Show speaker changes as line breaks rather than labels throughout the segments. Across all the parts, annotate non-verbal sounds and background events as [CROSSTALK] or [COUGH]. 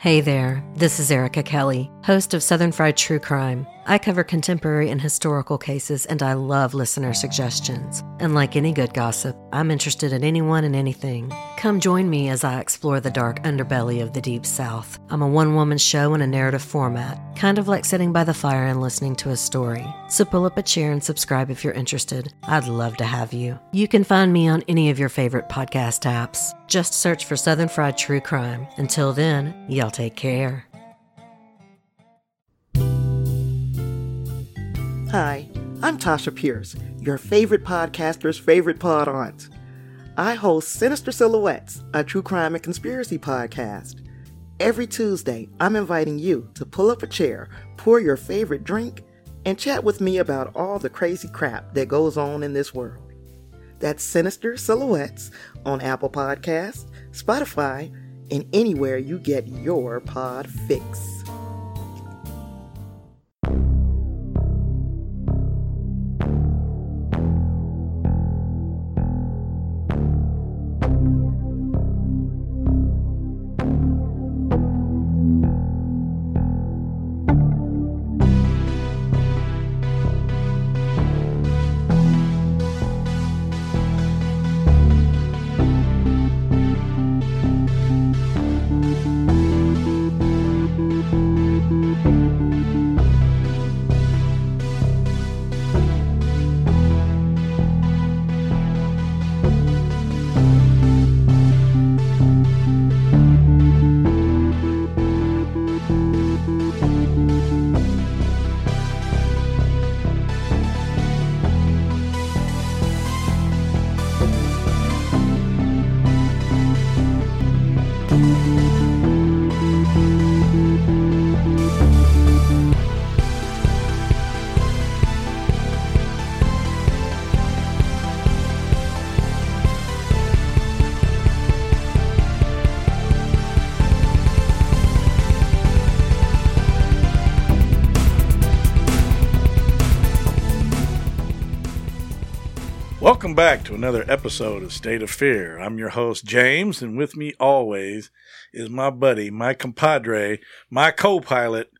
Hey there, this is Erica Kelly, host of Southern Fried True Crime. I cover contemporary and historical cases, and I love listener suggestions. And like any good gossip, I'm interested in anyone and anything. Come join me as I explore the dark underbelly of the Deep South. I'm a one woman show in a narrative format, kind of like sitting by the fire and listening to a story. So pull up a chair and subscribe if you're interested. I'd love to have you. You can find me on any of your favorite podcast apps. Just search for Southern Fried True Crime. Until then, y'all take care.
Hi, I'm Tasha Pierce, your favorite podcaster's favorite pod aunt. I host Sinister Silhouettes, a true crime and conspiracy podcast. Every Tuesday, I'm inviting you to pull up a chair, pour your favorite drink, and chat with me about all the crazy crap that goes on in this world. That's Sinister Silhouettes on Apple Podcasts, Spotify, and anywhere you get your pod fix.
Welcome back to another episode of State of Fear. I'm your host, James, and with me always is my buddy, my compadre, my co pilot,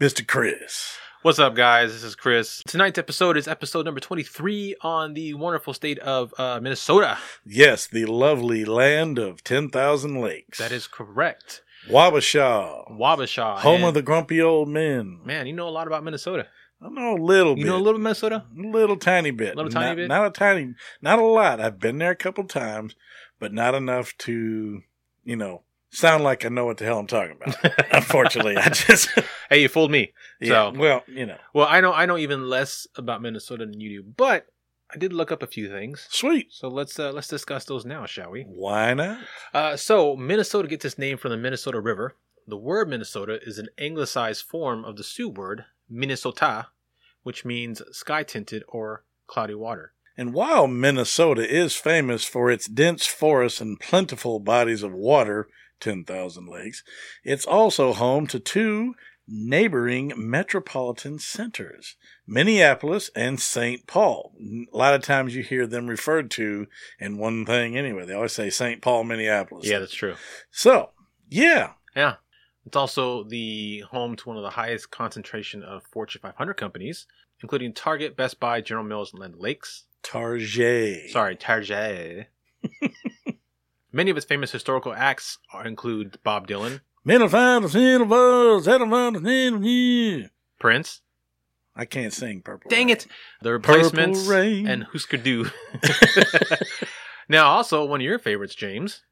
Mr. Chris.
What's up, guys? This is Chris. Tonight's episode is episode number 23 on the wonderful state of uh, Minnesota.
Yes, the lovely land of 10,000 lakes.
That is correct.
Wabasha,
Wabasha.
home
And,
of the grumpy old men.
Man, you know a lot about Minnesota.
I know a little
You
bit.
know a little bit Minnesota?
little tiny bit.
Little tiny
not,
bit?
Not a tiny, not a lot. I've been there a couple times, but not enough to, you know, sound like I know what the hell I'm talking
[LAUGHS]
about. Unfortunately, I just
Hey, you fooled me.
yeah.
So-
well, you know,
Well, I know I know even less about Minnesota than you do, but I did look up a few things.
sweet.
So let's uh, let's discuss those now, shall we?
Why not?
Uh, so Minnesota gets its name from the Minnesota River. The word Minnesota is an anglicized form of the Sioux word Minnesota, which means sky tinted or cloudy water.
And while Minnesota is famous for its dense forests and plentiful bodies of water, 10,000 lakes, it's also home to two neighboring metropolitan centers, Minneapolis and St. Paul. A lot of times you hear them referred to in one thing anyway. They always say St. Paul, Minneapolis.
Yeah, that's true.
So, yeah,
Yeah. It's also the home to one of the highest concentration of Fortune 500 companies, including Target, Best Buy, General Mills, and Land Lakes.
Target.
Sorry, Target. [LAUGHS] Many of its famous historical acts are, include Bob Dylan,
Minnesota, Minnesota, Minnesota, Minnesota.
Prince,
I can't sing purple.
dang
Rain.
it, The Replacements,
Rain.
and
[LAUGHS]
Husker Du. now, also one of your favorites, James,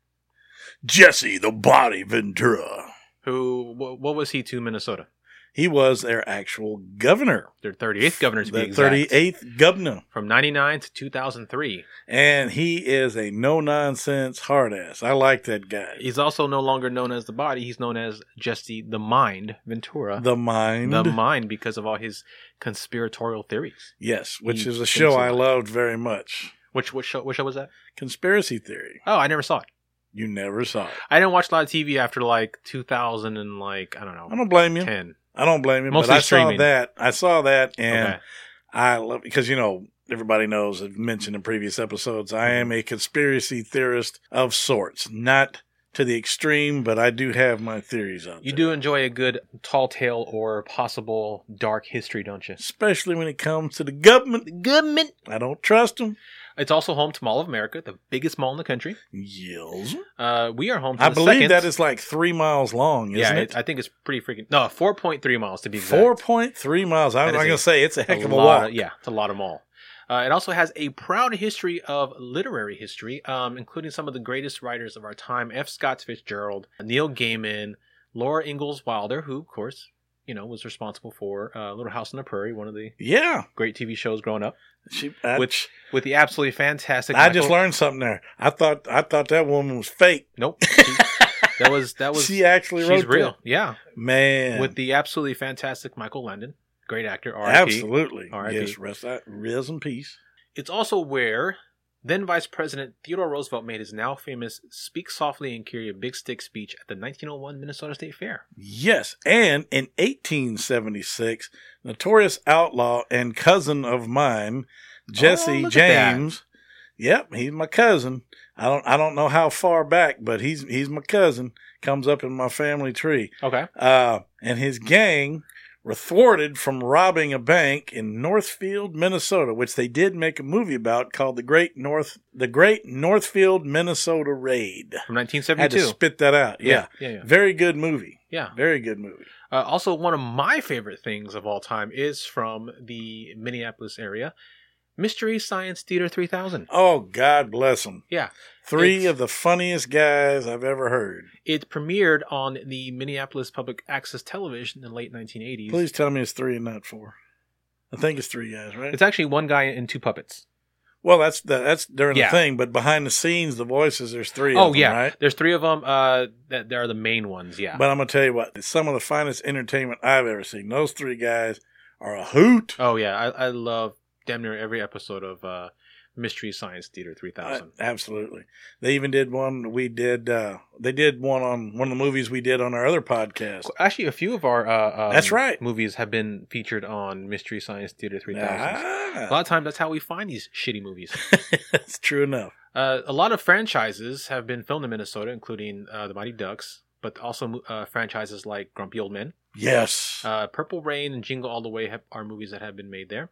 Jesse the Body Ventura.
who, wh- what was he to Minnesota?
He was their actual governor,
Their 38th governor to be
the
exact.
thirty eighth governor,
From 99 to 2003.
and he is a no nonsense hard ass. I like that guy.
He's also no longer known as the body. He's known as Jesse the Mind Ventura.
The mind,
The Mind because of all his conspiratorial theories.
yes, which
He
is a
thinks
show I
about it.
loved very much.
Which what show, what show was that?
Conspiracy theory.
Oh, I never saw it.
You never saw it.
I didn't watch a lot of TV after like 2000 and like I don't know
I don't blame you.
10.
I don't blame you. But
Mostly
I saw
streaming.
that. I saw that, and
Okay.
I love because you know everybody knows I've mentioned in previous episodes I am a conspiracy theorist of sorts, not to the extreme, but I do have my theories on
You do enjoy a good tall tale or possible dark history, don't you?
Especially when it comes to the government.
Government.
I don't trust them.
It's also home to Mall of America, the biggest mall in the country.
Yells.
Uh, we are home to
I
the
believe
second.
that is like three miles long, isn't
yeah,
it?
I think it's pretty freaking. No, 4.3 miles to be exact.
4.3 miles. I,
That
I'm
is a-
going to say it's a heck of a
lot
walk.
yeah, it's a lot of mall. Uh, it also has a proud history of literary history, um, including some of the greatest writers of our time: F. Scott Fitzgerald, Neil Gaiman, Laura Ingalls Wilder, who, of course, you know, was responsible for uh, Little House on the Prairie, one of the
Yeah.
great TV shows growing up,
She, I,
Which- with the absolutely fantastic.
I
Michael-
just learned something there. I thought I thought that woman was fake. [LAUGHS]
Nope, she- that was that was.
she actually
she's
wrote that.
real, yeah.
Man.
With the absolutely fantastic Michael Landon, great actor, R.I.P.
Absolutely.
R.I.P.
Yes, rest, rest in peace.
It's also where then Vice President Theodore Roosevelt made his now famous Speak Softly and Carry a Big Stick speech at the 1901 Minnesota State Fair.
Yes, and in 1876, notorious outlaw and cousin of mine, Jesse
Oh, look at that.
James. Yep, he's my cousin. I don't I don't know how far back, but he's he's my cousin. Comes up in my family tree.
Okay.
Uh, and his gang were thwarted from robbing a bank in Northfield, Minnesota, which they did make a movie about called the Great North the Great Northfield Minnesota Raid.
From
had to
1972.
spit that out. Yeah.
Yeah. Yeah.
Very good movie.
yeah.
Very good movie.
Uh, also, one of my favorite things of all time is from the Minneapolis area Mystery Science Theater 3000.
Oh, God bless them.
Yeah.
Three
It's-
of the funniest guys I've ever heard.
It premiered on the Minneapolis Public Access Television in the late 1980s.
Please tell me it's three and not four. I think it's three guys, right?
It's actually one guy and two puppets.
well, that's the, that's during
Yeah.
the thing, but behind the scenes, the voices, there's three. of
Oh,
them,
yeah.
right?
There's three of them uh, that that are the main ones. Yeah.
But I'm gonna tell you what, it's some of the finest entertainment I've ever seen. Those three guys are a hoot.
Oh yeah, I, I love damn near every episode of uh, Mystery Science Theater three thousand.
Uh, absolutely. They even did one we did. Uh, they did one on one of the movies we did on our other podcast.
Actually, a few of our uh, um,
That's right.
movies have been featured on Mystery Science Theater three thousand. A
Ah,
lot of times, that's how we find these
[LAUGHS]
shitty movies.
that's true enough.
uh, a lot of franchises have been filmed in Minnesota, including uh, The Mighty Ducks, but also uh, franchises like Grumpy Old Men,
Yes,
uh, Purple Rain, and Jingle All the Way have, are movies that have been made there.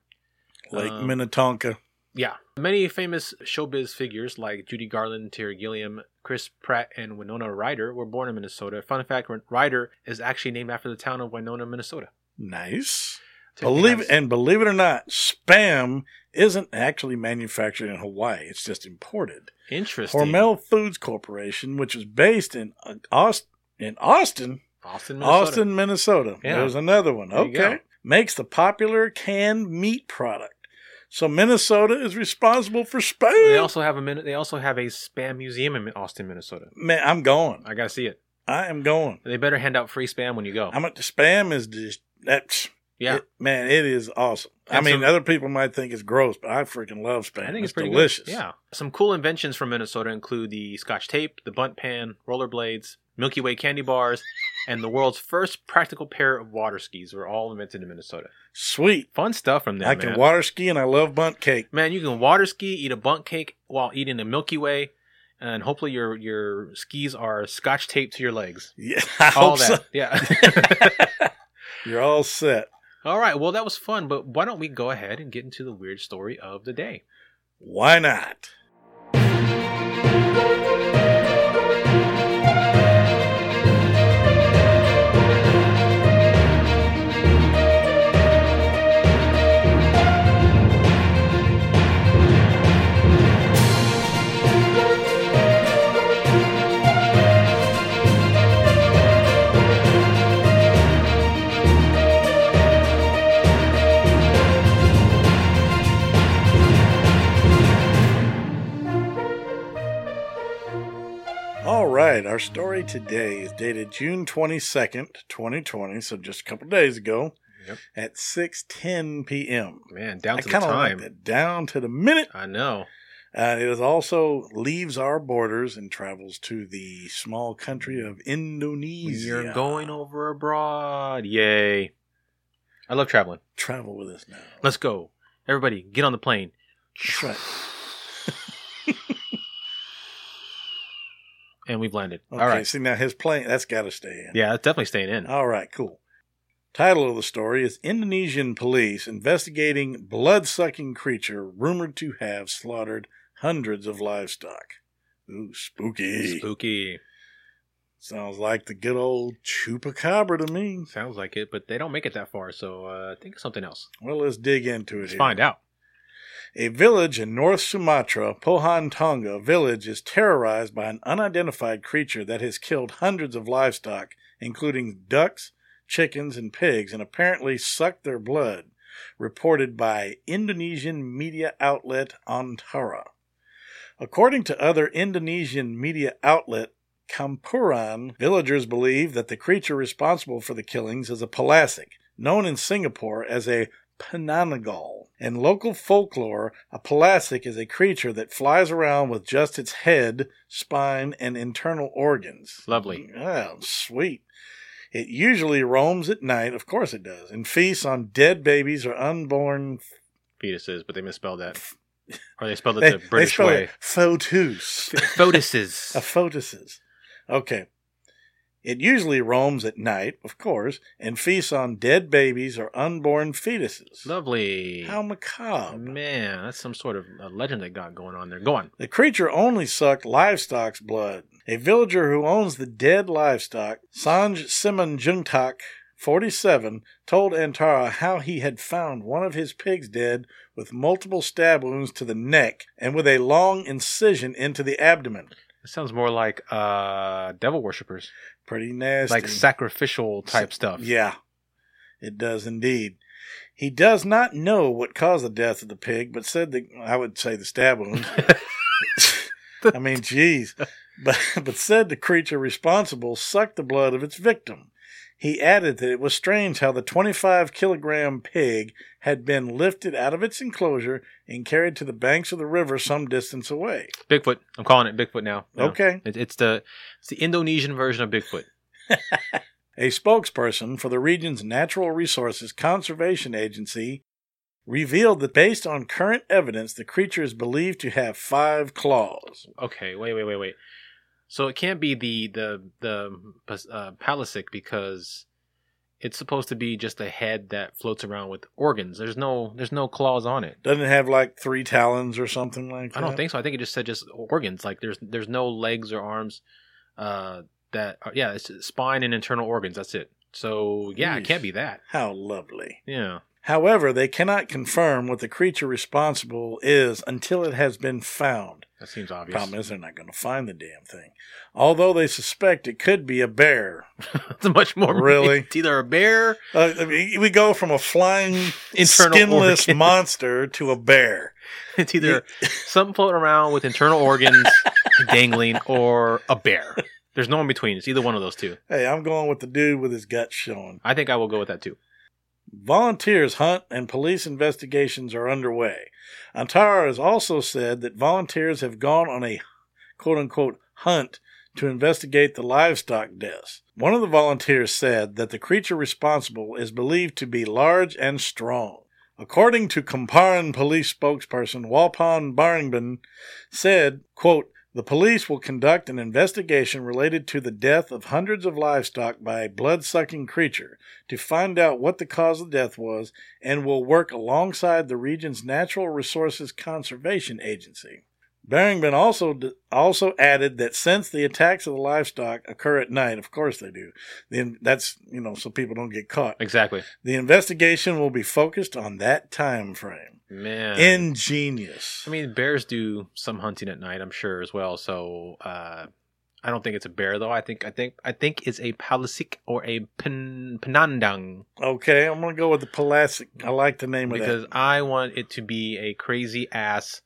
Lake
um,
Minnetonka.
Yeah. Many famous showbiz figures like Judy Garland, Terry Gilliam, Chris Pratt, and Winona Ryder were born in Minnesota. Fun fact Ryder is actually named after the town of Winona, Minnesota.
Nice.
Tiffany
Believe
has-
and believe it or not, spam isn't actually manufactured in Hawaii. It's just imported.
Interesting.
Hormel Foods Corporation, which is based in uh, Aust- in Austin,
Austin, Minnesota.
Austin, Minnesota.
Yeah.
There's another one.
There you
okay.
go.
Makes the popular canned meat product. So Minnesota is responsible for spam.
They also have a min- they also have a spam museum in Min- Austin, Minnesota.
Man, I'm going.
I Oh. gotta see it.
I am going.
They better hand out free spam when you go.
I'm at the spam is just that's
yeah,
it- man, it is awesome. I
And
mean,
some-
other people might think it's gross, but I freaking love spam.
I think it's, pretty good.
delicious.
Yeah, some cool inventions from Minnesota include the Scotch tape, the bunt pan, rollerblades, Milky Way candy bars, [LAUGHS] and the world's first practical pair of water skis were all invented in Minnesota.
Sweet.
Fun stuff from there,
I
man.
can water ski and I love bunt cake. [LAUGHS]
man, you can water ski, eat a bunt cake while eating a Milky Way, and hopefully your your skis are scotch taped to your legs.
Yeah, I
All
hope so.
that,
[LAUGHS]
yeah. [LAUGHS]
You're all set.
all right, well that was fun, but why don't we go ahead and get into the weird story of the day?
Why not? All right, our story today is dated June 22nd, 2020, so just a couple days ago
Yep.
at 6:10 p.m.
Man, down
I
to the
kind of
time.
like that down to the minute.
I know.
Uh, it is also leaves our borders and travels to the small country of Indonesia.
You're going over abroad. Yay. I love traveling.
travel with us now.
Let's go. Everybody, get on the plane.
That's
[SIGHS]
right.
and we've landed.
Okay,
All right.
see now his plane that's got to stay in.
Yeah, it's definitely staying in.
All right, cool. Title of the story is Indonesian police investigating blood-sucking creature rumored to have slaughtered hundreds of livestock. Ooh, spooky.
Spooky.
Sounds like the good old chupacabra to me.
Sounds like it, but they don't make it that far, so uh, think of something else.
Well, let's dig into it.
Let's
here.
find out.
A village in North Sumatra, Pohan Tonga village, is terrorized by an unidentified creature that has killed hundreds of livestock, including ducks, chickens, and pigs, and apparently sucked their blood, reported by Indonesian media outlet Antara. According to other Indonesian media outlet Kampuran, villagers believe that the creature responsible for the killings is a pelasic, known in Singapore as a Pananagal. In local folklore, a pelasic is a creature that flies around with just its head, spine, and internal organs.
Lovely.
Oh, sweet. It usually roams at night, of course it does, and feasts on dead babies or unborn.
Fetuses, but they misspelled that. Or they spelled
[LAUGHS]
it
They,
the
they
British
spell
way.
it photus.
Foetuses.
A photuses. Okay. It usually roams at night, of course, and feasts on dead babies or unborn fetuses.
Lovely.
How macabre.
Man, that's some sort of a legend they got going on there. Go on.
The creature only sucked livestock's blood. A villager who owns the dead livestock, Sanj Simon Jungtak, 47, told Antara how he had found one of his pigs dead with multiple stab wounds to the neck and with a long incision into the abdomen.
It sounds more like uh, devil worshippers,
Pretty nasty.
like sacrificial type stuff.
Yeah, it does indeed. He does not know what caused the death of the pig, but said that I would say the stab
[LAUGHS]
wound. I mean, geez, but [LAUGHS] but said the creature responsible sucked the blood of its victim. He added that it was strange how the 25 kilogram pig had been lifted out of its enclosure and carried to the banks of the river some distance away.
Bigfoot. I'm calling it Bigfoot now. No.
Okay.
It, it's the it's the Indonesian version of Bigfoot.
A spokesperson for the region's Natural Resources Conservation Agency revealed that based on current evidence, the creature is believed to have five claws.
Okay, wait, wait, wait, wait. So it can't be the the the uh, palisic because it's supposed to be just a head that floats around with organs. There's no there's no claws on it.
Doesn't it have like three talons or something like that?
I don't think so. I think it just said just organs. Like there's there's no legs or arms. Uh, that are, yeah, it's spine and internal organs. That's it. So yeah, it
Jeez.
can't be that.
How lovely.
Yeah.
However, they cannot confirm what the creature responsible is until it has been found.
That seems obvious. [LAUGHS]
Problem is, they're not going to find the damn thing. Although they suspect it could be a bear.
It's much more
Really?
It's either a bear,
Uh, I mean, we go from a flying,
[LAUGHS] Internal
skinless [LAUGHS]
organ.
monster to a bear.
[LAUGHS] it's either something floating around with
[LAUGHS]
internal organs dangling, or a bear. There's no in between. It's either one of those two.
Hey, I'm going with the dude with his guts showing.
I think I will go with that too.
Volunteers hunt and police investigations are underway. Antara has also said that volunteers have gone on a quote unquote hunt to investigate the livestock deaths. One of the volunteers said that the creature responsible is believed to be large and strong. According to Comparan police spokesperson Walpon Barnben, said, quote, the police will conduct an investigation related to the death of hundreds of livestock by a blood sucking creature to find out what the cause of death was and will work alongside the region's Natural Resources Conservation Agency. Barrington also also added that since the attacks of the livestock occur at night, of course they do, then that's you know so people don't get caught.
Exactly.
The investigation will be focused on that time frame.
Man.
Ingenious.
I mean, bears do some hunting at night, I'm sure as well. So uh, I don't think it's a bear though. I think I think I think it's a palisic or a pen, penandang
Okay, I'm gonna go with the Pulaski. I like the name of
because
that.
I want it to be a crazy ass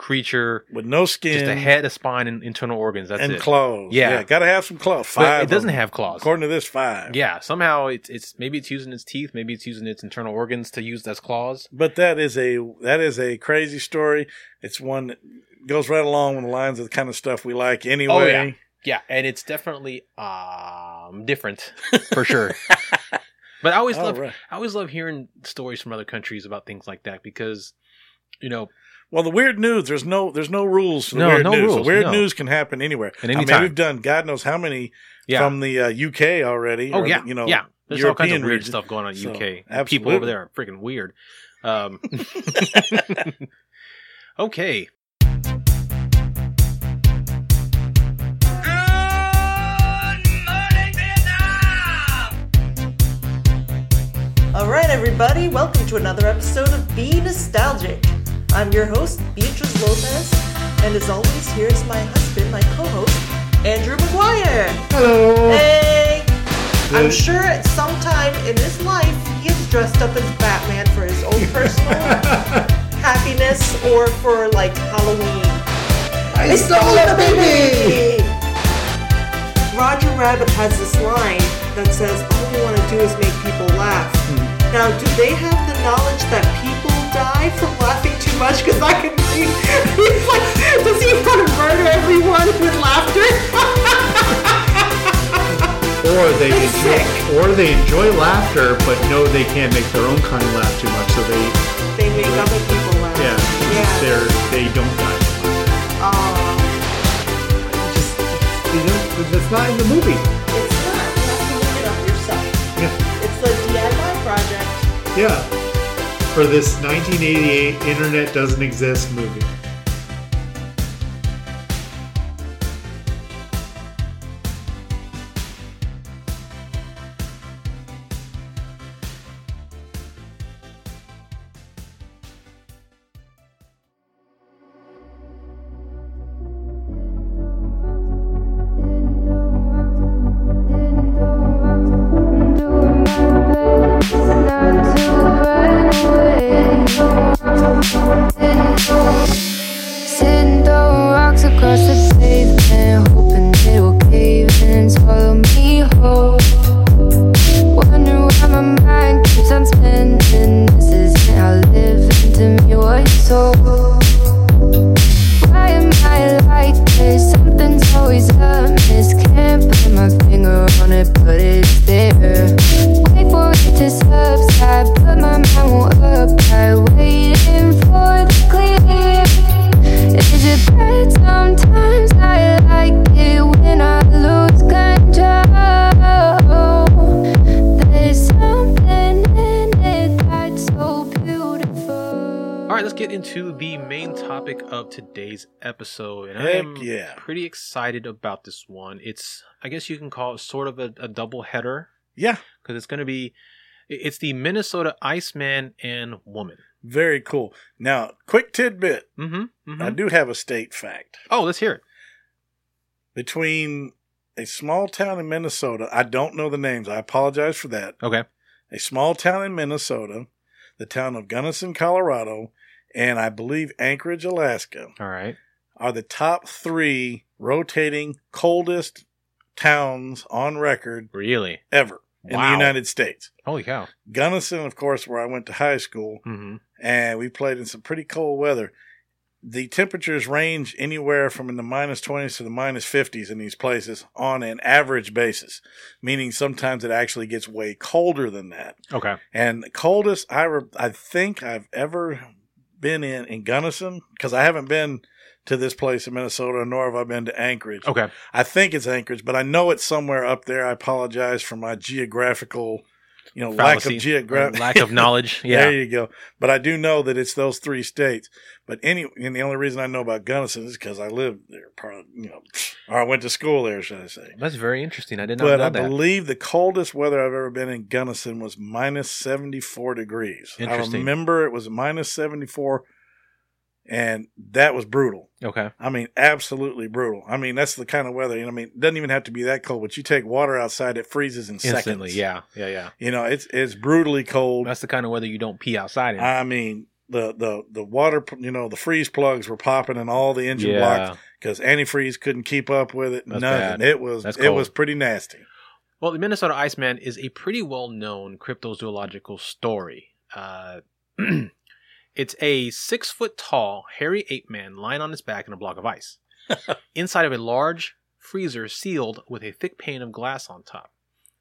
creature,
With no skin,
just a head, a spine, and internal organs. That's
and
it.
claws.
Yeah.
gotta have some claws.
But
Five.
it doesn't
of 'em.
have claws.
According to this, five.
Yeah, somehow it's it's maybe it's using its teeth, maybe it's using its internal organs to use as claws.
But that is a that is a crazy story. It's one that goes right along with the lines of the kind of stuff we like anyway.
Oh, yeah. Yeah, and it's definitely
[LAUGHS]
um different for sure. [LAUGHS] but I always
All
love
right.
I always love hearing stories from other countries about things like that because you know
Well, the weird news. There's no there's no rules for the
No,
weird
no
news.
rules,
the weird
no.
news can happen anywhere.
At
I
any
mean,
time.
we've done God knows how many
Yeah.
from the uh, UK already.
oh
or,
yeah.
you know,
yeah. There's all kinds of
European
weird
region.
stuff going on in
So,
UK. People
absolutely.
over there are freaking weird. Um,
[LAUGHS]
[LAUGHS] okay.
All right, everybody, welcome to another episode of Be Nostalgic. I'm your host, Beatrice Lopez, and as always, here's my husband, my co host, Andrew McGuire. Hello. Hey. I'm sure at some time in his life, he is dressed up as Batman for his own [LAUGHS] personal happiness or for like Halloween. I stole a baby! Roger Rabbit has this line that says, All we want to do is make people laugh. Now, do they have the knowledge that people die from laughing too much? Because I can see. He's like, does he want to murder everyone with laughter? [LAUGHS]
Or they
That's
enjoy,
sick.
or they enjoy laughter, but know they can't make their own kind laugh too much, so they
they make other people laugh.
yeah,
Yeah.
they're they don't die.
Aw.
Just they don't, that's not in the movie.
it's not. You have to look it up yourself.
Yeah,
It's a DIY project.
yeah. For this 1988 internet doesn't exist movie.
Sitting throwing rocks across the pavement, hoping it'll cave and swallow me whole. Wondering why my mind keeps on spinning. This isn't how living to me was sold. Why am I like this? Something's always amiss. Can't put my finger on it, but it's there. Wait for it to subside, but my mind won't apply. Waiting for the clear. Is it bad sometimes? I like it when I lose control. There's something in it that's so beautiful.
All right, let's get into the main topic of today's episode. And I
Heck
am
yeah.
pretty excited about this one. It's, I guess you can call it sort of a, a double header
Yeah,
because it's going to be, it- it's the Minnesota Iceman and Woman.
very cool. Now, quick tidbit.
Mm-hmm.
I do have a state fact.
Oh, let's hear it.
Between a small town in Minnesota, I don't know the names. I apologize for that.
Okay.
a small town in Minnesota, the town of Gunnison, Colorado, and I believe Anchorage, Alaska,
All right.
are the top three rotating coldest towns on record
Really?
ever in the
Wow.
United States.
Holy cow.
Gunnison, of course, where I went to high school,
Mm-hmm.
and we played in some pretty cold weather. The temperatures range anywhere from in the minus 20s to the minus 50s in these places on an average basis, meaning sometimes it actually gets way colder than that.
Okay.
And the coldest I re- I think I've ever been in in Gunnison because I haven't been to this place in Minnesota, nor have I been to Anchorage.
Okay.
I think it's Anchorage, but I know it's somewhere up there. I apologize for my geographical, you know, lack
Fallacy.
of geographic
Lack of knowledge.
[LAUGHS] There
Yeah.
you go. But I do know that it's those three states. But any and the only reason I know about Gunnison is because I lived there, part of, you know, or I went to school there, should I say?
That's very interesting. I did not
But
know
I
that.
believe the coldest weather I've ever been in Gunnison was minus 74 degrees. I
Interesting.
remember it was minus 74, and that was brutal.
okay.
I mean, absolutely brutal. I mean, that's the kind of weather, you know, I mean, it doesn't even have to be that cold, but you take water outside, it freezes in
Instantly.
seconds.
Yeah. Yeah. Yeah.
You know, it's it's brutally cold.
That's the kind of weather you don't pee outside in.
I mean, the, the, the water, pl- you know, the freeze plugs were popping in all the engine
yeah.
blocks because antifreeze couldn't keep up with it.
That's
nothing.
bad.
It was
That's
it was
cold.
pretty nasty.
Well, the Minnesota Iceman is a pretty well known cryptozoological story. Uh, [CLEARS THROAT] it's a six foot tall, hairy ape man lying on his back in a block of ice, inside of a large freezer sealed with a thick pane of glass on top.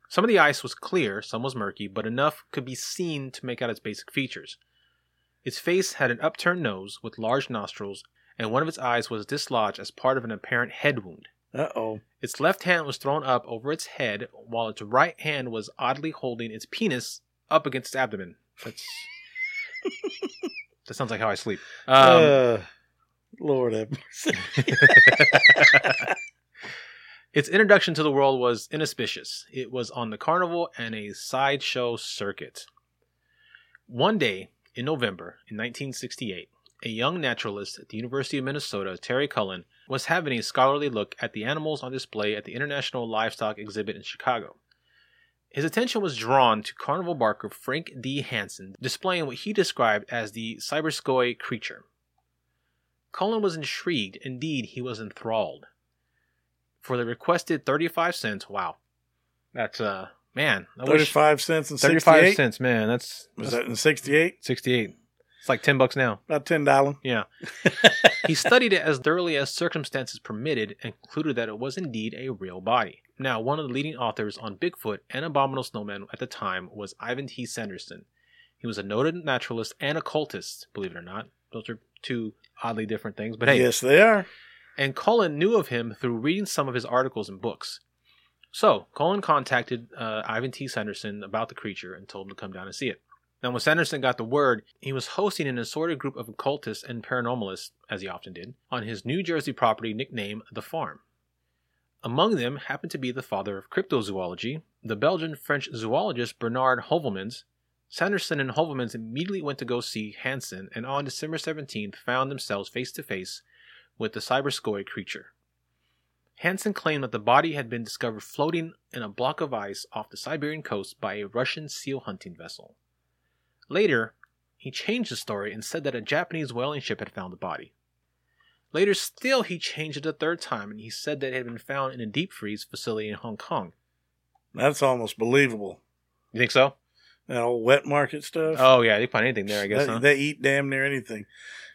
Some of the ice was clear, some was murky, but enough could be seen to make out its basic features. Its face had an upturned nose with large nostrils, and one of its eyes was dislodged as part of an apparent head wound.
Uh oh.
Its left hand was thrown up over its head, while its right hand was oddly holding its penis up against its abdomen. That's that sounds like how I sleep. Um,
uh, Lord have mercy.
its introduction to the world was inauspicious. It was on the carnival and a sideshow circuit. One day in November in 1968, a young naturalist at the University of Minnesota, Terry Cullen, was having a scholarly look at the animals on display at the International Livestock Exhibit in Chicago. His attention was drawn to carnival barker Frank D. Hansen displaying what he described as the cyberscoy creature. Cullen was intrigued, indeed, he was enthralled. For the requested 35 cents, wow. That's, uh, man. I wish-
35 cents and
35
68.
cents, man. That's,
Was
that's
that in 68?
68. It's like 10 bucks now.
About $10.
Yeah. he studied it as thoroughly as circumstances permitted and concluded that it was indeed a real body. Now, one of the leading authors on Bigfoot and Abominable Snowman at the time was Ivan T. Sanderson. He was a noted naturalist and occultist, believe it or not. Those are two oddly different things, but hey.
Yes, they are.
And Cullen knew of him through reading some of his articles and books. So, Cullen contacted uh, Ivan T. Sanderson about the creature and told him to come down and see it. Now, when Sanderson got the word, he was hosting an assorted group of occultists and paranormalists, as he often did, on his New Jersey property nicknamed The Farm. Among them happened to be the father of cryptozoology, the Belgian French zoologist Bernard Hovelmans. Sanderson and Hovelmans immediately went to go see Hansen, and on December 17th found themselves face to face with the cyberscoid creature. Hansen claimed that the body had been discovered floating in a block of ice off the Siberian coast by a Russian seal hunting vessel. Later, he changed the story and said that a Japanese whaling ship had found the body. Later still, he changed it a third time and he said that it had been found in a deep freeze facility in Hong Kong.
That's almost believable.
You think so?
That old wet market stuff.
Oh, yeah, they find anything there, I guess.
Uh, they,
huh?
they eat damn near anything.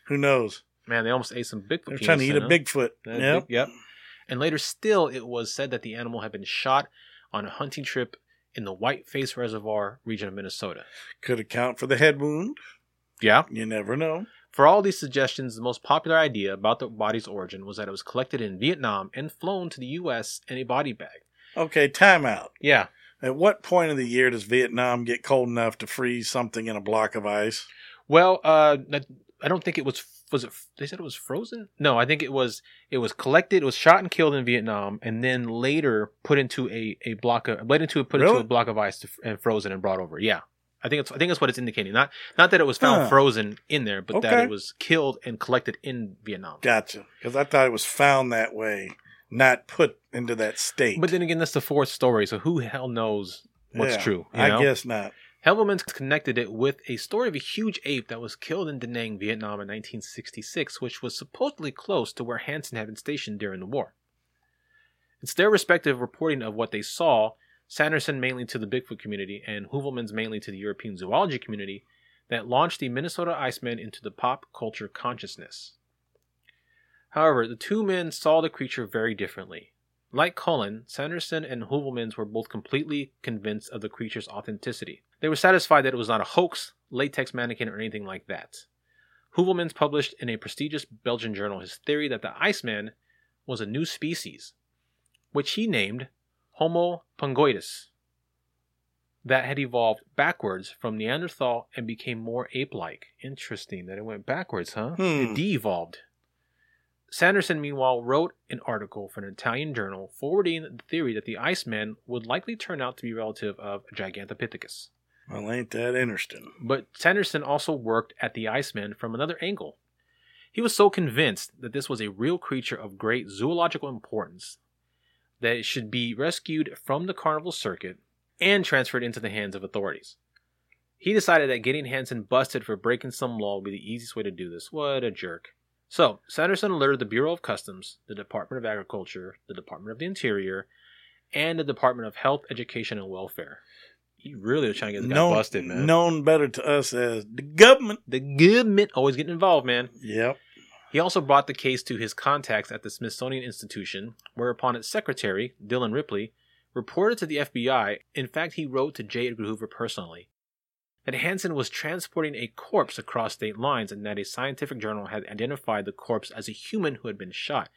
Who knows?
Man, they almost ate some Bigfoot.
They're trying to eat
penis
a
then, huh?
Bigfoot.
That
Yep.
big- yep. And later still, it was said that the animal had been shot on a hunting trip in the Whiteface Reservoir region of Minnesota.
Could account for the head wound.
Yeah.
You never know.
For all these suggestions, the most popular idea about the body's origin was that it was collected in Vietnam and flown to the U.S. in a body bag.
Okay, timeout.
Yeah.
At what point of the year does Vietnam get cold enough to freeze something in a block of ice?
Well, uh, that- I don't think it was. Was it? They said it was frozen. No, I think it was. It was collected. It was shot and killed in Vietnam, and then later put into a, a block of later into put into
Really?
a block of ice to, and frozen and brought over. Yeah, I think it's. I think that's what it's indicating. Not not that it was found
Huh.
frozen in there, but that
Okay.
it was killed and collected in Vietnam.
Gotcha. Because I thought it was found that way, not put into that state.
But then again, that's the fourth story, so who hell knows what's
Yeah,
true? you
I
know?
guess not.
Helvelman's connected it with a story of a huge ape that was killed in Da Nang, Vietnam in 1966, which was supposedly close to where Hansen had been stationed during the war. It's their respective reporting of what they saw, Sanderson mainly to the Bigfoot community and Hoovelman's mainly to the European zoology community, that launched the Minnesota Iceman into the pop culture consciousness. However, the two men saw the creature very differently. Like Cullen, Sanderson and Hoovelmans were both completely convinced of the creature's authenticity. They were satisfied that it was not a hoax, latex mannequin, or anything like that. Hoovelmans published in a prestigious Belgian journal his theory that the Iceman was a new species, which he named Homo pungoides, that had evolved backwards from Neanderthal and became more ape like. Interesting that it went backwards, huh?
Hmm.
It de evolved. Sanderson, meanwhile, wrote an article for an Italian journal forwarding the theory that the Iceman would likely turn out to be relative of Gigantopithecus.
Well, ain't that interesting?
But Sanderson also worked at the Iceman from another angle. He was so convinced that this was a real creature of great zoological importance that it should be rescued from the carnival circuit and transferred into the hands of authorities. He decided that getting Hansen busted for breaking some law would be the easiest way to do this. What a jerk. So, Sanderson alerted the Bureau of Customs, the Department of Agriculture, the Department of the Interior, and the Department of Health, Education, and Welfare. He really was trying to get this guy
known,
busted, man.
known better to us as the government.
The government always getting involved, man.
Yep.
He also brought the case to his contacts at the Smithsonian Institution, whereupon its secretary, Dylan Ripley, reported to the FBI. In fact, he wrote to J. Edgar Hoover personally. that Hansen was transporting a corpse across state lines and that a scientific journal had identified the corpse as a human who had been shot.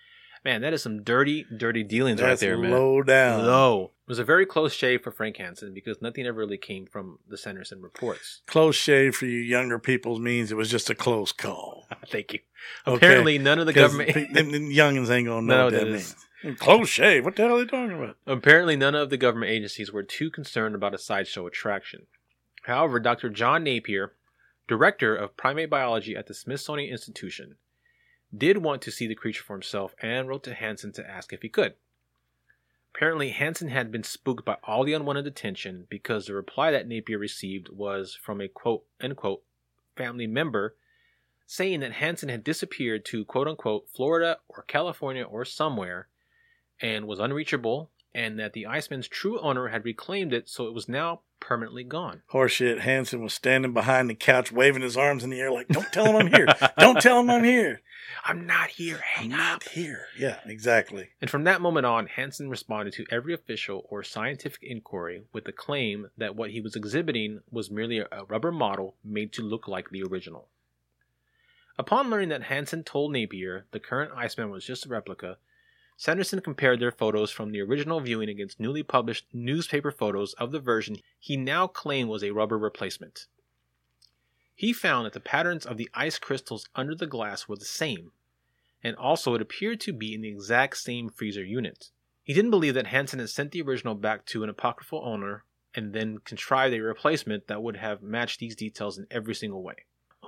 Man, that is some dirty, dirty dealings
That's
right there, man.
low down.
Low. It was a very close shave for Frank Hansen because nothing ever really came from the
[LAUGHS]
Sanderson reports.
Close shave for you younger people means it was just a close call.
Thank you.
Okay.
Apparently, none of [LAUGHS] the
'Cause
government.
pe- them, them youngins ain't gonna know
No,
what that
that
means.
is-
Close shave. What the hell are they talking about?
Apparently, none of the government agencies were too concerned about a sideshow attraction. However, Dr. John Napier, director of primate biology at the Smithsonian Institution, did want to see the creature for himself and wrote to Hansen to ask if he could. Apparently, Hansen had been spooked by all the unwanted attention because the reply that Napier received was from a quote unquote family member saying that Hansen had disappeared to quote unquote Florida or California or somewhere and was unreachable, and that the Iceman's true owner had reclaimed it, so it was now permanently gone.
Horseshit. Hansen was standing behind the couch, waving his arms in the air, like, "Don't tell him I'm
[LAUGHS]
here. Don't tell him I'm here.
I'm not here. Hang
I'm
up.
not here." Yeah, exactly.
And from that moment on, Hansen responded to every official or scientific inquiry with the claim that what he was exhibiting was merely a rubber model made to look like the original. Upon learning that Hansen told Napier the current Iceman was just a replica, Sanderson compared their photos from the original viewing against newly published newspaper photos of the version he now claimed was a rubber replacement. He found that the patterns of the ice crystals under the glass were the same, and also it appeared to be in the exact same freezer unit. He didn't believe that Hansen had sent the original back to an apocryphal owner and then contrived a replacement that would have matched these details in every single way.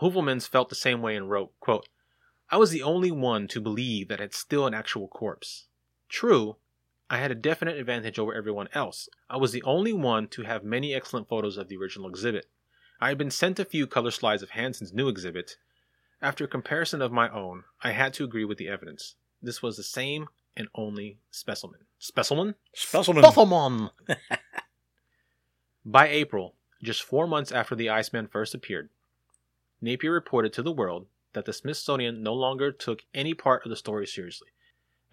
Hoovelmans felt the same way and wrote, quote, I was the only one to believe that it's still an actual corpse. True, I had a definite advantage over everyone else. I was the only one to have many excellent photos of the original exhibit. I had been sent a few color slides of Hansen's new exhibit, after comparison of my own, I had to agree with the evidence. This was the same and only specimen. Specimen?
Specimen.
Specimen! [LAUGHS] By April, just four months after the Iceman first appeared, Napier reported to the world that the Smithsonian no longer took any part of the story seriously.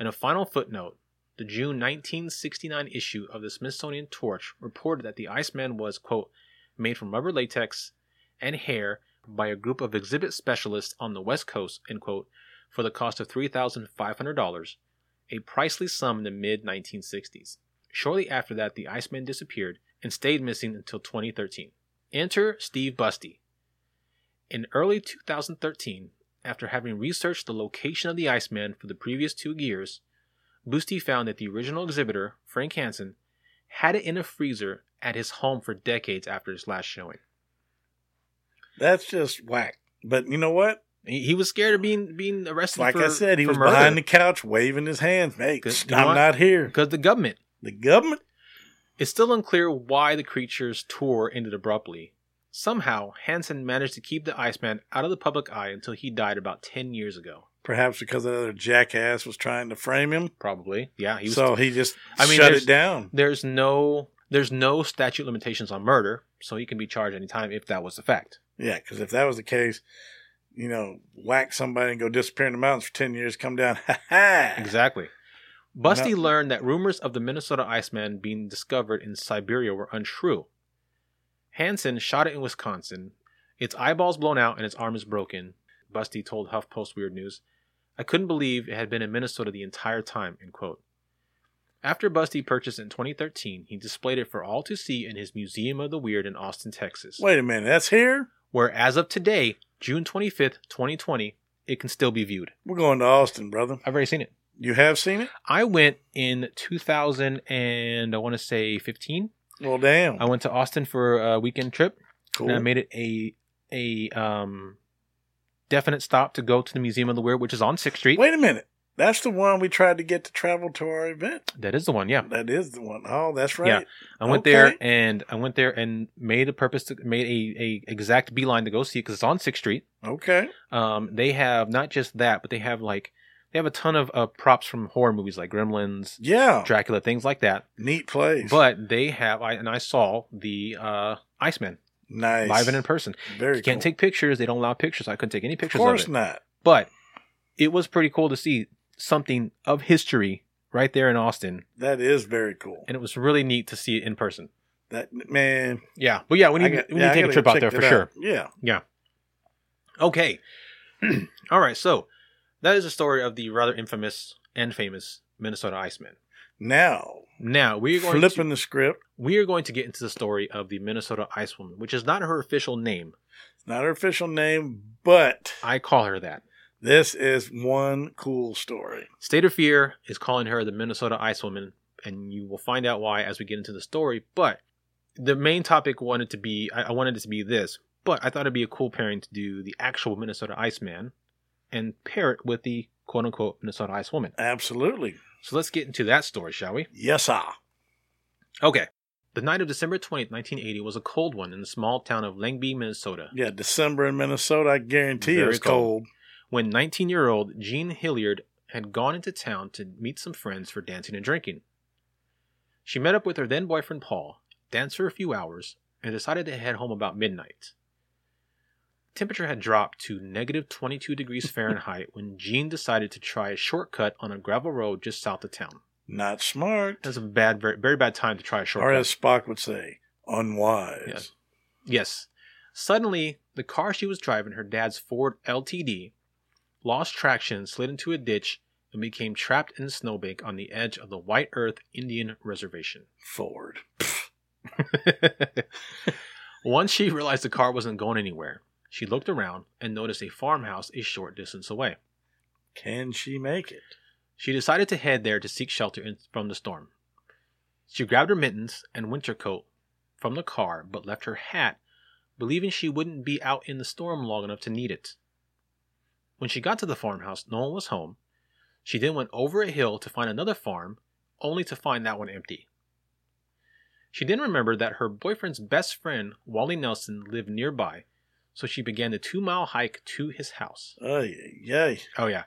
In a final footnote, the June 1969 issue of the Smithsonian Torch reported that the Iceman was, quote, made from rubber latex and hair by a group of exhibit specialists on the West Coast, end quote, for the cost of $3,500, a pricely sum in the mid 1960s. Shortly after that, the Iceman disappeared and stayed missing until 2013. Enter Steve Busty. In early 2013, after having researched the location of the Iceman for the previous two years, Busty found that the original exhibitor, Frank Hansen, had it in a freezer at his home for decades after his last showing.
That's just whack. But you know what?
He, he was scared of being being arrested.
Like
for,
I said, he
for
was
murder.
behind the couch waving his hands. Hey,
Good-
psst,
you know
I'm
what?
not here.
because the government.
The government?
It's still unclear why the creature's tour ended abruptly. Somehow, Hansen managed to keep the Iceman out of the public eye until he died about ten years ago.
Perhaps because that other jackass was trying to frame him.
Probably, yeah. He was.
so he just
I mean,
shut
there's-
it down.
there's no there's no statute of limitations on murder, so he can be charged anytime if that was the fact.
Yeah, because if that was the case, you know, whack somebody and go disappear in the mountains for 10 years, come down. [LAUGHS] Ha ha!
Exactly. Busty
No-
learned that rumors of the Minnesota Iceman being discovered in Siberia were untrue. Hansen shot it in Wisconsin. Its eyeball's blown out and its arm is broken. Busty told HuffPost Weird News, "I couldn't believe it had been in Minnesota the entire time." End quote. After Busty purchased it in 2013, he displayed it for all to see in his Museum of the Weird in Austin, Texas,
Wait a minute. That's here?
where as of today, June 25th, 2020, it can still be viewed.
We're going to Austin, brother.
I've already seen it.
You have seen it?
I went in 2000 and I want to say 15.
Well, damn.
I went to Austin for a weekend trip,
cool.
and I made it a a um definite stop to go to the Museum of the Weird, which is on Sixth Street.
Wait a minute. That's the one we tried to get to travel to our event.
That is the one, yeah.
That is the one. Oh, that's
Yeah.
right.
I went
Okay.
there and I went there and made a purpose to made a, a exact beeline to go see it because it's on Sixth Street.
Okay.
Um, they have not just that, but they have like they have a ton of uh, props from horror movies like Gremlins,
Yeah.
Dracula, things like that.
Neat place.
But they have, I and I saw the uh, Iceman
nice.
live and in person.
Very
you can't
cool.
take pictures; they don't allow pictures. I couldn't take any
Of
pictures of,
course
it.
not.
But it was pretty cool to see something of history right there in Austin,
That is very cool.
and it was really neat to see it in person.
That man.
Yeah, but yeah, we
I
need,
got-
we need
yeah, I
to take a
gotta
trip out
check
there for
that
sure.
out. Yeah.
Okay. [CLEARS THROAT] All right. So that is the story of the rather infamous and famous Minnesota Iceman.
Now
Now we are going
flipping
to,
the script.
we are going to get into the story of the Minnesota Icewoman, which is not her official name.
It's not her official name, but
I call her that.
this is one cool story.
State of Fear is calling her the Minnesota Icewoman, and you will find out why as we get into the story. But the main topic wanted to be I, I wanted it to be this, but I thought it'd be a cool pairing to do the actual Minnesota Iceman and pair it with the quote unquote Minnesota Icewoman.
Absolutely.
So let's get into that story, shall we?
Yes, ah.
Okay. The night of December 20th, 1980 was a cold one in the small town of Langby, Minnesota,
Yeah, December in Minnesota, I guarantee
Very
it's cold.
when 19 year old Jean Hilliard had gone into town to meet some friends for dancing and drinking. She met up with her then boyfriend Paul, danced for a few hours, and decided to head home about midnight. Temperature had dropped to negative 22 degrees Fahrenheit when Jean decided to try a shortcut on a gravel road just south of town.
Not smart.
That's a bad, very, very bad time to try a shortcut.
Or as Spock would say, unwise.
Yes. Yes. Suddenly, the car she was driving, her dad's Ford LTD, lost traction, slid into a ditch, and became trapped in a snowbank on the edge of the White Earth Indian Reservation.
Ford.
Once she realized the car wasn't going anywhere, she looked around and noticed a farmhouse a short distance away.
Can she make it?
She decided to head there to seek shelter in- from the storm. She grabbed her mittens and winter coat from the car, but left her hat, believing she wouldn't be out in the storm long enough to need it. When she got to the farmhouse, no one was home. She then went over a hill to find another farm, only to find that one empty. She then remembered that her boyfriend's best friend, Wally Nelson, lived nearby, so she began the two mile hike to his house.
Ay, yay.
Oh yeah,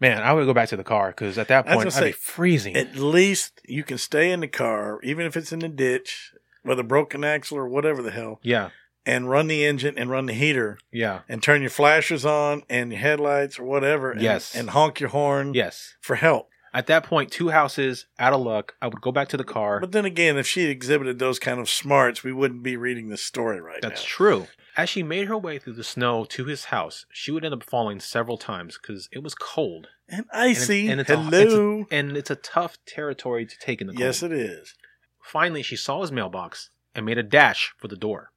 man, I would go back to the car because at that
I was
point I'd
gonna
be
say,
freezing.
At least you can stay in the car, even if it's in the ditch, with a broken axle or whatever the hell,
yeah,
and run the engine and run the heater
yeah,
and turn your flashers on and your headlights or whatever. And,
Yes.
And honk your horn
yes.
for help.
At that point, two houses out of luck. I would go back to the car.
But then again, if she exhibited those kind of smarts, we wouldn't be reading this story right
That's
now.
true. As she made her way through the snow to his house, she would end up falling several times because it was cold.
And
And it-
icy.
and it's a-
Hello.
it's a- and it's a tough territory to take in the cold.
yes, it is.
Finally, she saw his mailbox and made a dash for the door.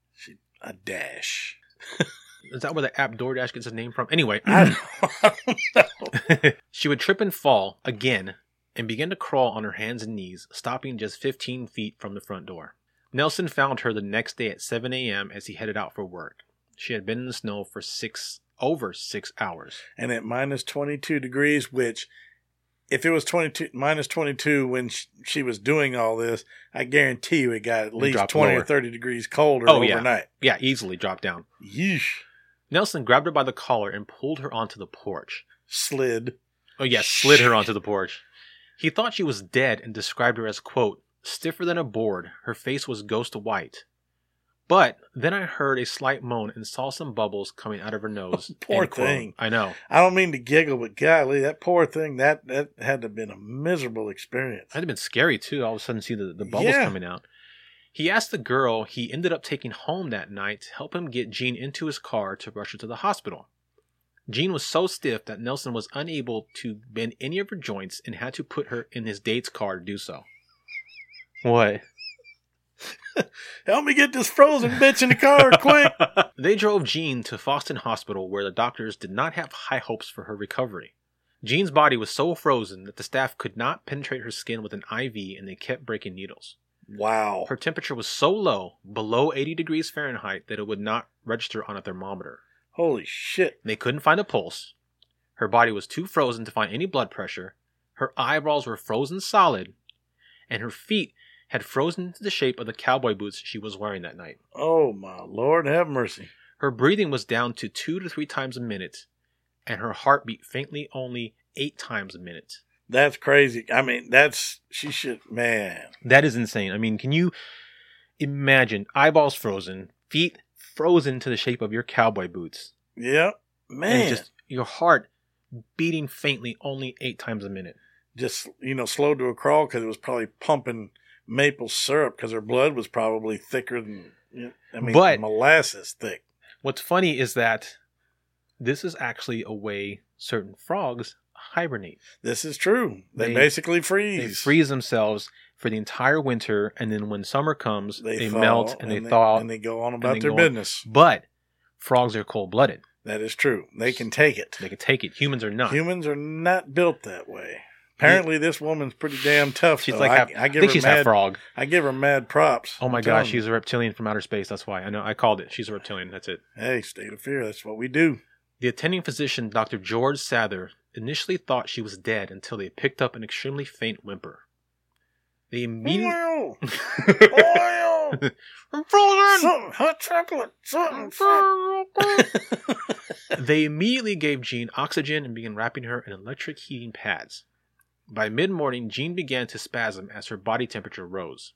A
[LAUGHS]
dash.
Is that where the app DoorDash gets its name from? Anyway,
[CLEARS THROAT] I don't [LAUGHS] know.
she would trip and fall again and begin to crawl on her hands and knees, stopping just 15 feet from the front door. Nelson found her the next day at 7 a.m. as he headed out for work. She had been in the snow for six over six hours.
and at minus 22 degrees which if it was 22 minus 22 when she, she was doing all this i guarantee you it got at least
dropped
20
lower.
or 30 degrees colder
Oh, yeah.
overnight
Yeah, easily dropped down.
yeesh
Nelson grabbed her by the collar and pulled her onto the porch.
slid
Oh yes, slid her onto the porch. He thought she was dead and described her as quote stiffer than a board. Her face was ghost white. But then I heard a slight moan and saw some bubbles coming out
[LAUGHS]
of her nose.
Oh, Poor
end quote.
thing.
I know.
i don't mean to giggle but golly that poor thing that that had to have been a miserable experience
That'd have been scary too. All of a sudden, see the, the bubbles
Yeah.
coming out. He asked the girl he ended up taking home that night to help him get Jean into his car to rush her to the hospital. Jean was so stiff that Nelson was unable to bend any of her joints and had to put her in his date's car to do so. What?
help me get this frozen bitch in the
[LAUGHS]
car quick
They drove Jean to Foston Hospital, where the doctors did not have high hopes for her recovery. Jean's body was so frozen that the staff could not penetrate her skin with an IV and they kept breaking needles.
wow
Her temperature was so low, below 80 degrees Fahrenheit, that it would not register on a thermometer.
holy shit
They couldn't find a pulse. Her body was too frozen to find any blood pressure. Her eyeballs were frozen solid. And her feet had frozen into the shape of the cowboy boots she was wearing that night.
oh my lord have mercy
Her breathing was down to two to three times a minute, and her heart beat faintly only eight times a minute.
that's crazy i mean that's she should man
That is insane. I mean, can you imagine eyeballs frozen, feet frozen to the shape of your cowboy boots?
yep
and
man
it's just your heart beating faintly only eight times a minute.
just you know slowed to a crawl because it was probably pumping maple syrup because her blood was probably thicker than I mean
But-
molasses thick.
What's funny is that this is actually a way certain frogs hibernate.
This is true. They,
They-
basically
They
freeze.
freeze themselves for the entire winter, and then when summer comes, they,
thaw
melt and, they thaw.
and they go on
and
about
they
their
go on.
business.
But frogs are cold blooded.
That is true. They can take it.
They can take it. Humans are not.
Humans are not built that way. Apparently, this woman's pretty damn tough.
she's
though.
like
I,
half,
I give
think
her
she's
mad,
half frog.
I give her mad props.
Oh my
I'm telling
gosh,
you.
she's a reptilian from outer space. That's why I know I called it. She's a reptilian. That's it.
hey, state of fear. That's what we do.
The attending physician, Dr. George Sather, initially thought she was dead until they picked up an extremely faint whimper. They immediately.
Oil, oil,
I'm frozen!
Oh, something hot chocolate, something. something.
[LAUGHS] they immediately gave Jean oxygen and began wrapping her in electric heating pads. By mid morning, Jean began to spasm as her body temperature rose.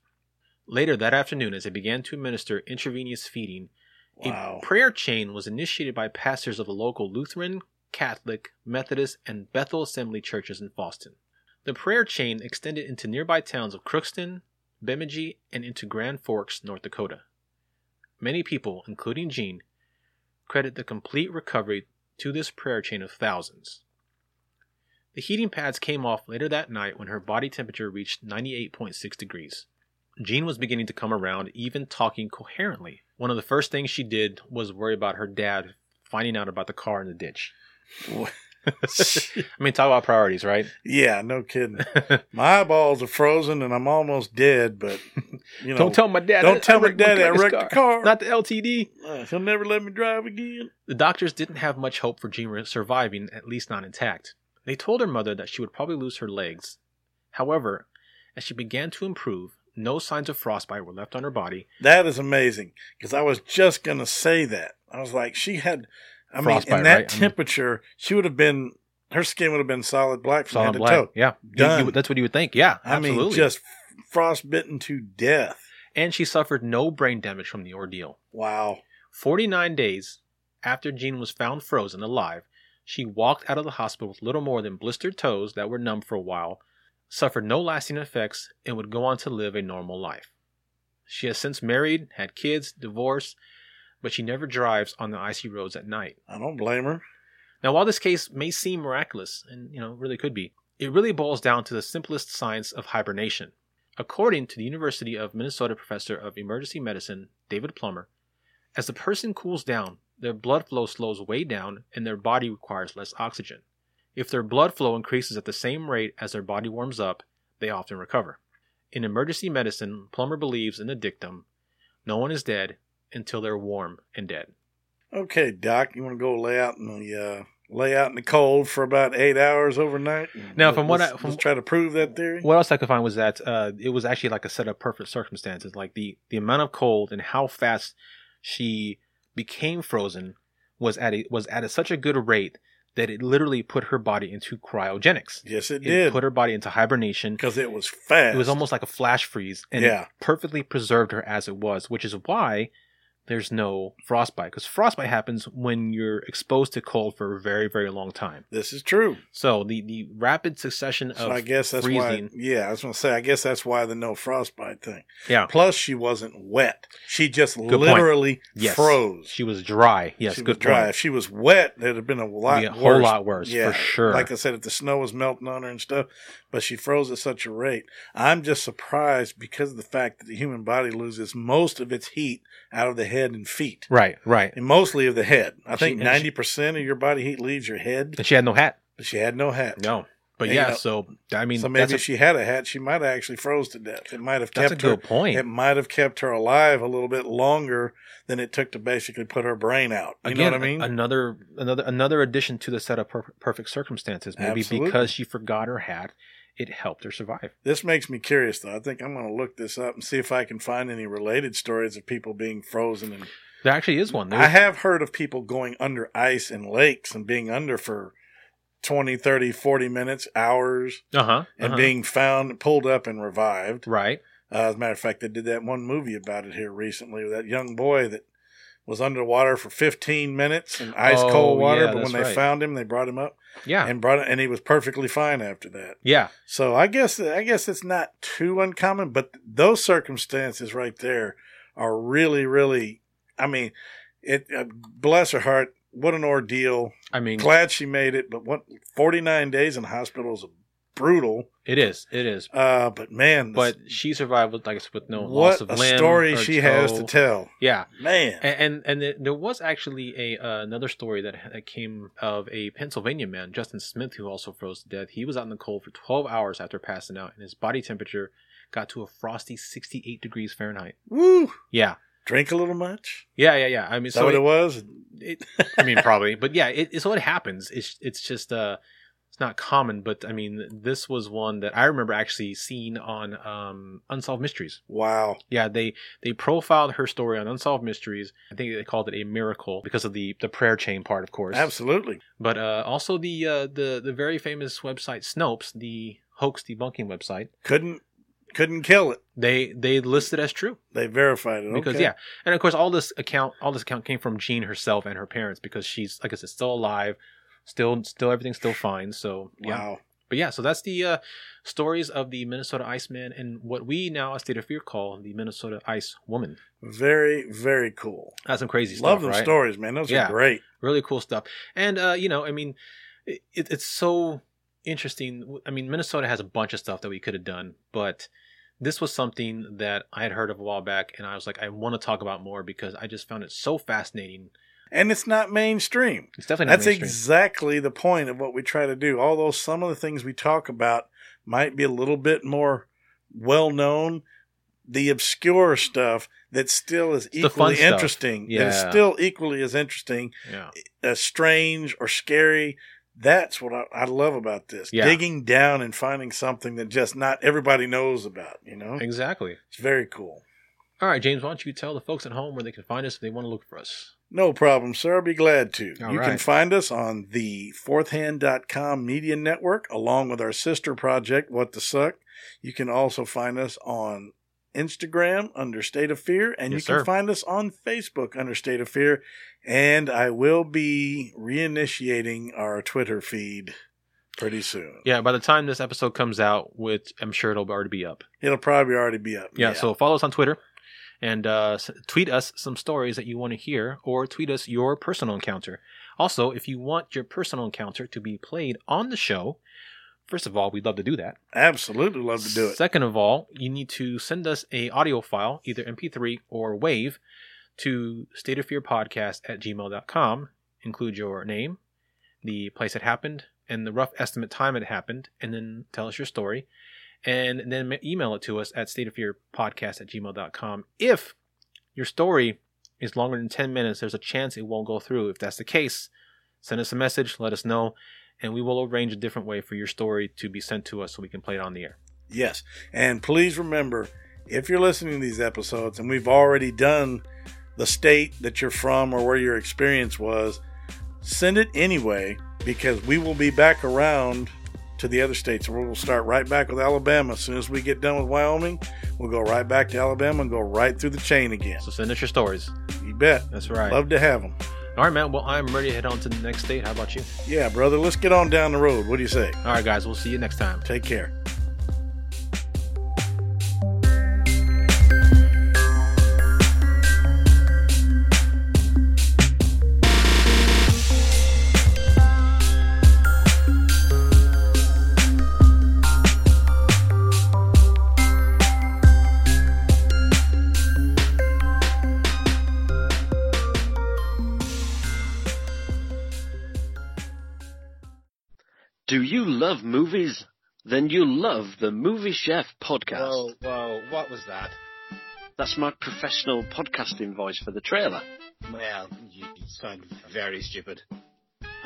Later that afternoon, as they began to administer intravenous feeding,
Wow.
[LAUGHS] a prayer chain was initiated by pastors of the local Lutheran, Catholic, Methodist, and Bethel Assembly churches in Boston. The prayer chain extended into nearby towns of Crookston, Bemidji, and into Grand Forks, North Dakota. Many people, including Jean, credit the complete recovery to this prayer chain of thousands. The heating pads came off later that night when her body temperature reached 98.6 degrees. Jean was beginning to come around, even talking coherently. One of the first things she did was worry about her dad finding out about the car in the ditch. I mean, talk about priorities, right?
yeah, no kidding. My eyeballs are frozen and I'm almost dead,
[LAUGHS]
but you know,
don't tell my dad.
don't tell my
wrecked-
dad I wrecked the car.
Not the LTD.
uh, he'll never let me drive again.
The doctors didn't have much hope for Jean surviving, at least not intact. They told her mother that she would probably lose her legs. However, as she began to improve, no signs of frostbite were left on her body.
That is amazing because I was just gonna say that. I was like, she had, I mean,
Frostbite,
in that
right? I mean-
temperature, she would have been, her skin would have been solid black from head
Solid
to
black.
toe.
Yeah, You-
Done.
you- that's what you would think. Yeah,
I
absolutely.
mean, just frostbitten to death.
And she suffered no brain damage from the ordeal.
Wow.
49 days after Jean was found frozen alive, she walked out of the hospital with little more than blistered toes that were numb for a while, suffered no lasting effects, and would go on to live a normal life. She has since married, had kids, divorced, but she never drives on the icy roads at night.
I don't blame her.
Now, while this case may seem miraculous, and you know, really could be, it really boils down to the simplest science of hibernation. According to the University of Minnesota professor of emergency medicine, David Plummer, as the person cools down, their blood flow slows way down and their body requires less oxygen. If their blood flow increases at the same rate as their body warms up, they often recover. In emergency medicine, Plummer believes in the dictum no one is dead until they're warm and dead.
Okay, Doc, you want to go lay out in the uh, lay out in the cold for about eight hours overnight?
Now, from what
Let's-
I- from-
let's try to prove that theory.
What else I could find was that uh, it was actually like a set of perfect circumstances, like the the amount of cold and how fast she became frozen was at a, was at a, such a good rate that it literally put her body into cryogenics.
yes, it did
put her body into hibernation.
because it was fast.
It was almost like a flash freeze, and
Yeah.
it perfectly preserved her as it was, which is why there's no frostbite because frostbite happens when you're exposed to cold for a very very long time.
This is true.
So the the rapid succession
So
of
I guess that's
freezing,
why. Yeah, I was going to say. I guess that's why the no frostbite thing.
yeah.
Plus, she wasn't wet. She just
point.
literally
Yes.
froze.
She was dry. Yes,
she
good
was dry.
point.
If she was wet, it'd have been a lot
Be a
worse.
whole lot worse, for sure.
Like I said, if the snow was melting on her and stuff, but she froze at such a rate. I'm just surprised because of the fact that the human body loses most of its heat out of the head and feet,
Right, right.
and mostly of the head. I think
and she-
ninety percent of your body heat leaves your head.
And she had no hat.
But she had no hat.
No, but
Yeah,
yeah.
you know,
so I mean,
so
that's
maybe
a,
if she had a hat, she might have actually froze to death. It might have kept
that's a
her.
good point.
It might have kept her alive a little bit longer than it took to basically put her brain out. You
Again,
know what I mean?
another another another addition to the set of per- perfect circumstances. Maybe
Absolutely.
because she forgot her hat, it helped her survive.
This makes me curious, though. I think I'm going to look this up and see if I can find any related stories of people being frozen. And
There actually is one. There's,
I have heard of people going under ice in lakes and being under for 20, 30, 40 minutes, hours,
uh-huh,
and
uh-huh.
being found, pulled up, and revived.
right.
Uh, as a matter of fact, they did that one movie about it here recently with that young boy that was underwater for 15 minutes in ice cold
Oh,
water.
yeah,
but when
that's
they
right.
found him, they brought him up
Yeah.
and brought him, and he was perfectly fine after that.
yeah.
So I guess I guess it's not too uncommon, but those circumstances right there are really, really. I mean, it. Uh, bless her heart. What an ordeal.
I mean,
Glad she made it, but what? Forty nine days in hospital is brutal.
it is. It is.
Uh, but man,
But she survived with, like, with no
what
loss of
a
limb.
story
or
she has to
toe.
tell,
Yeah.
man.
And and, and there was actually a uh, another story that, that came of a Pennsylvania man, Justin Smith, who also froze to death. He was out in the cold for 12 hours after passing out, and his body temperature got to a frosty 68 degrees Fahrenheit.
Woo!
Yeah,
Drink a little much.
yeah, yeah, yeah. I mean,
Is that
so
what
it-
it, was?
it,
[LAUGHS]
I mean, probably, but yeah, it, it's what happens. It's it's just uh, it's not common, but I mean, this was one that I remember actually seeing on um, Unsolved Mysteries.
Wow.
Yeah, they they profiled her story on Unsolved Mysteries. I think they called it a miracle because of the the prayer chain part, of course.
Absolutely.
But uh, also the uh, the the very famous website Snopes, the hoax debunking website.
Couldn't couldn't kill it.
They they listed as true
They verified it.
because
Okay.
yeah, and of course all this account all this account came from Jean herself and her parents because she's like I said still alive, still still everything's still fine. So yeah,
Wow.
but yeah, so that's the uh, stories of the Minnesota Iceman and what we now at State of Fear call the Minnesota Ice Woman.
Very very cool.
That's some crazy stuff.
Love them
right?
stories, man. Those
Yeah.
are great.
really cool stuff and uh you know i mean it, it's so interesting i mean minnesota has a bunch of stuff that we could have done but this was something that i had heard of a while back and i was like i want to talk about more because i just found it so fascinating
And it's not mainstream.
it's definitely not
That's
mainstream.
exactly the point of what we try to do. Although some of the things we talk about might be a little bit more well known, the obscure stuff that still is
the fun
equally
stuff.
interesting, that is
Yeah.
still equally as interesting,
yeah
as strange or scary. That's what I, I love about this.
Yeah.
Digging down and finding something that just not everybody knows about, you know?
exactly
It's very cool.
all right james why don't you tell the folks at home where they can find us if they want to look for us
No problem, sir. I'll be glad to.
All
you can
right.
find us on the fourthhand.com media network along with our sister project, What the Suck. You can also find us on Instagram under State of Fear, and
Yes,
you can
sir.
find us on Facebook under State of Fear. And I will be reinitiating our Twitter feed pretty soon.
yeah by the time this episode comes out which i'm sure it'll already be up
It'll probably already be up.
yeah, so follow us on twitter and uh, s- tweet us some stories that you want to hear or tweet us your personal encounter also if you want your personal encounter to be played on the show first of all we'd love to do that
absolutely love to do it.
second of all you need to send us a audio file either mp3 or wave to stateoffearpodcast at gmail.com include your name the place it happened and the rough estimate time it happened and then tell us your story and then ma- email it to us at stateoffearpodcast at gmail.com if your story is longer than 10 minutes there's a chance it won't go through if that's the case send us a message let us know and we will arrange a different way for your story to be sent to us so we can play it on the air
Yes. And please remember if you're listening to these episodes and we've already done the state that you're from or where your experience was, send it anyway because we will be back around to the other states. We'll start right back with Alabama. As soon as we get done with Wyoming, we'll go right back to Alabama and go right through the chain again.
so send us your stories
You bet.
that's right
Love to have them.
all right man well i'm ready to head on to the next state how about you
Yeah, brother, let's get on down the road. What do you say?
all right guys we'll see you next time
Take care.
Do you love movies? Then you'll love the Movie Chef podcast.
Whoa, whoa, what was that?
That's my professional podcasting voice for the trailer.
Well, you sound very stupid.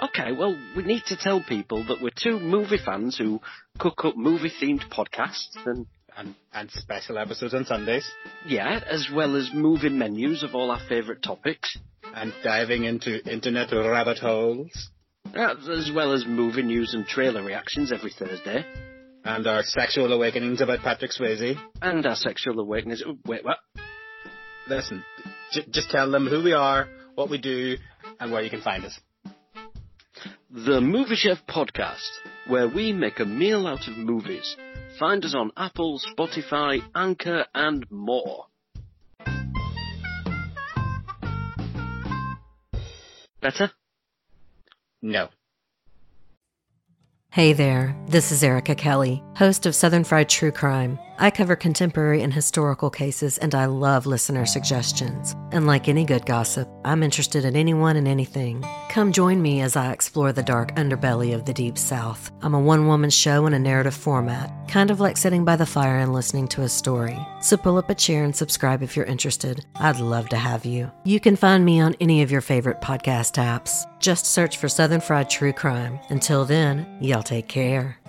Okay, well, we need to tell people that we're two movie fans who cook up movie themed podcasts and,
And and special episodes on Sundays.
yeah, as well as movie menus of all our favourite topics,
And diving into internet rabbit holes.
uh, as well as movie news and trailer reactions every Thursday,
And our sexual awakenings about Patrick Swayze.
and our sexual awakenings. oh, Wait, what?
Listen, J- just tell them who we are, what we do, and where you can find us.
The Movie Chef Podcast, where we make a meal out of movies. Find us on Apple, Spotify, Anchor, and more. Better?
No.
Hey there, this is Erica Kelly, host of Southern Fried True Crime. I cover contemporary and historical cases, and I love listener suggestions. And like any good gossip, I'm interested in anyone and anything. Come join me as I explore the dark underbelly of the Deep South. I'm a one woman show in a narrative format, kind of like sitting by the fire and listening to a story. So pull up a chair and subscribe if you're interested. I'd love to have you. You can find me on any of your favorite podcast apps. Just search for Southern Fried True Crime. Until then, y'all take care.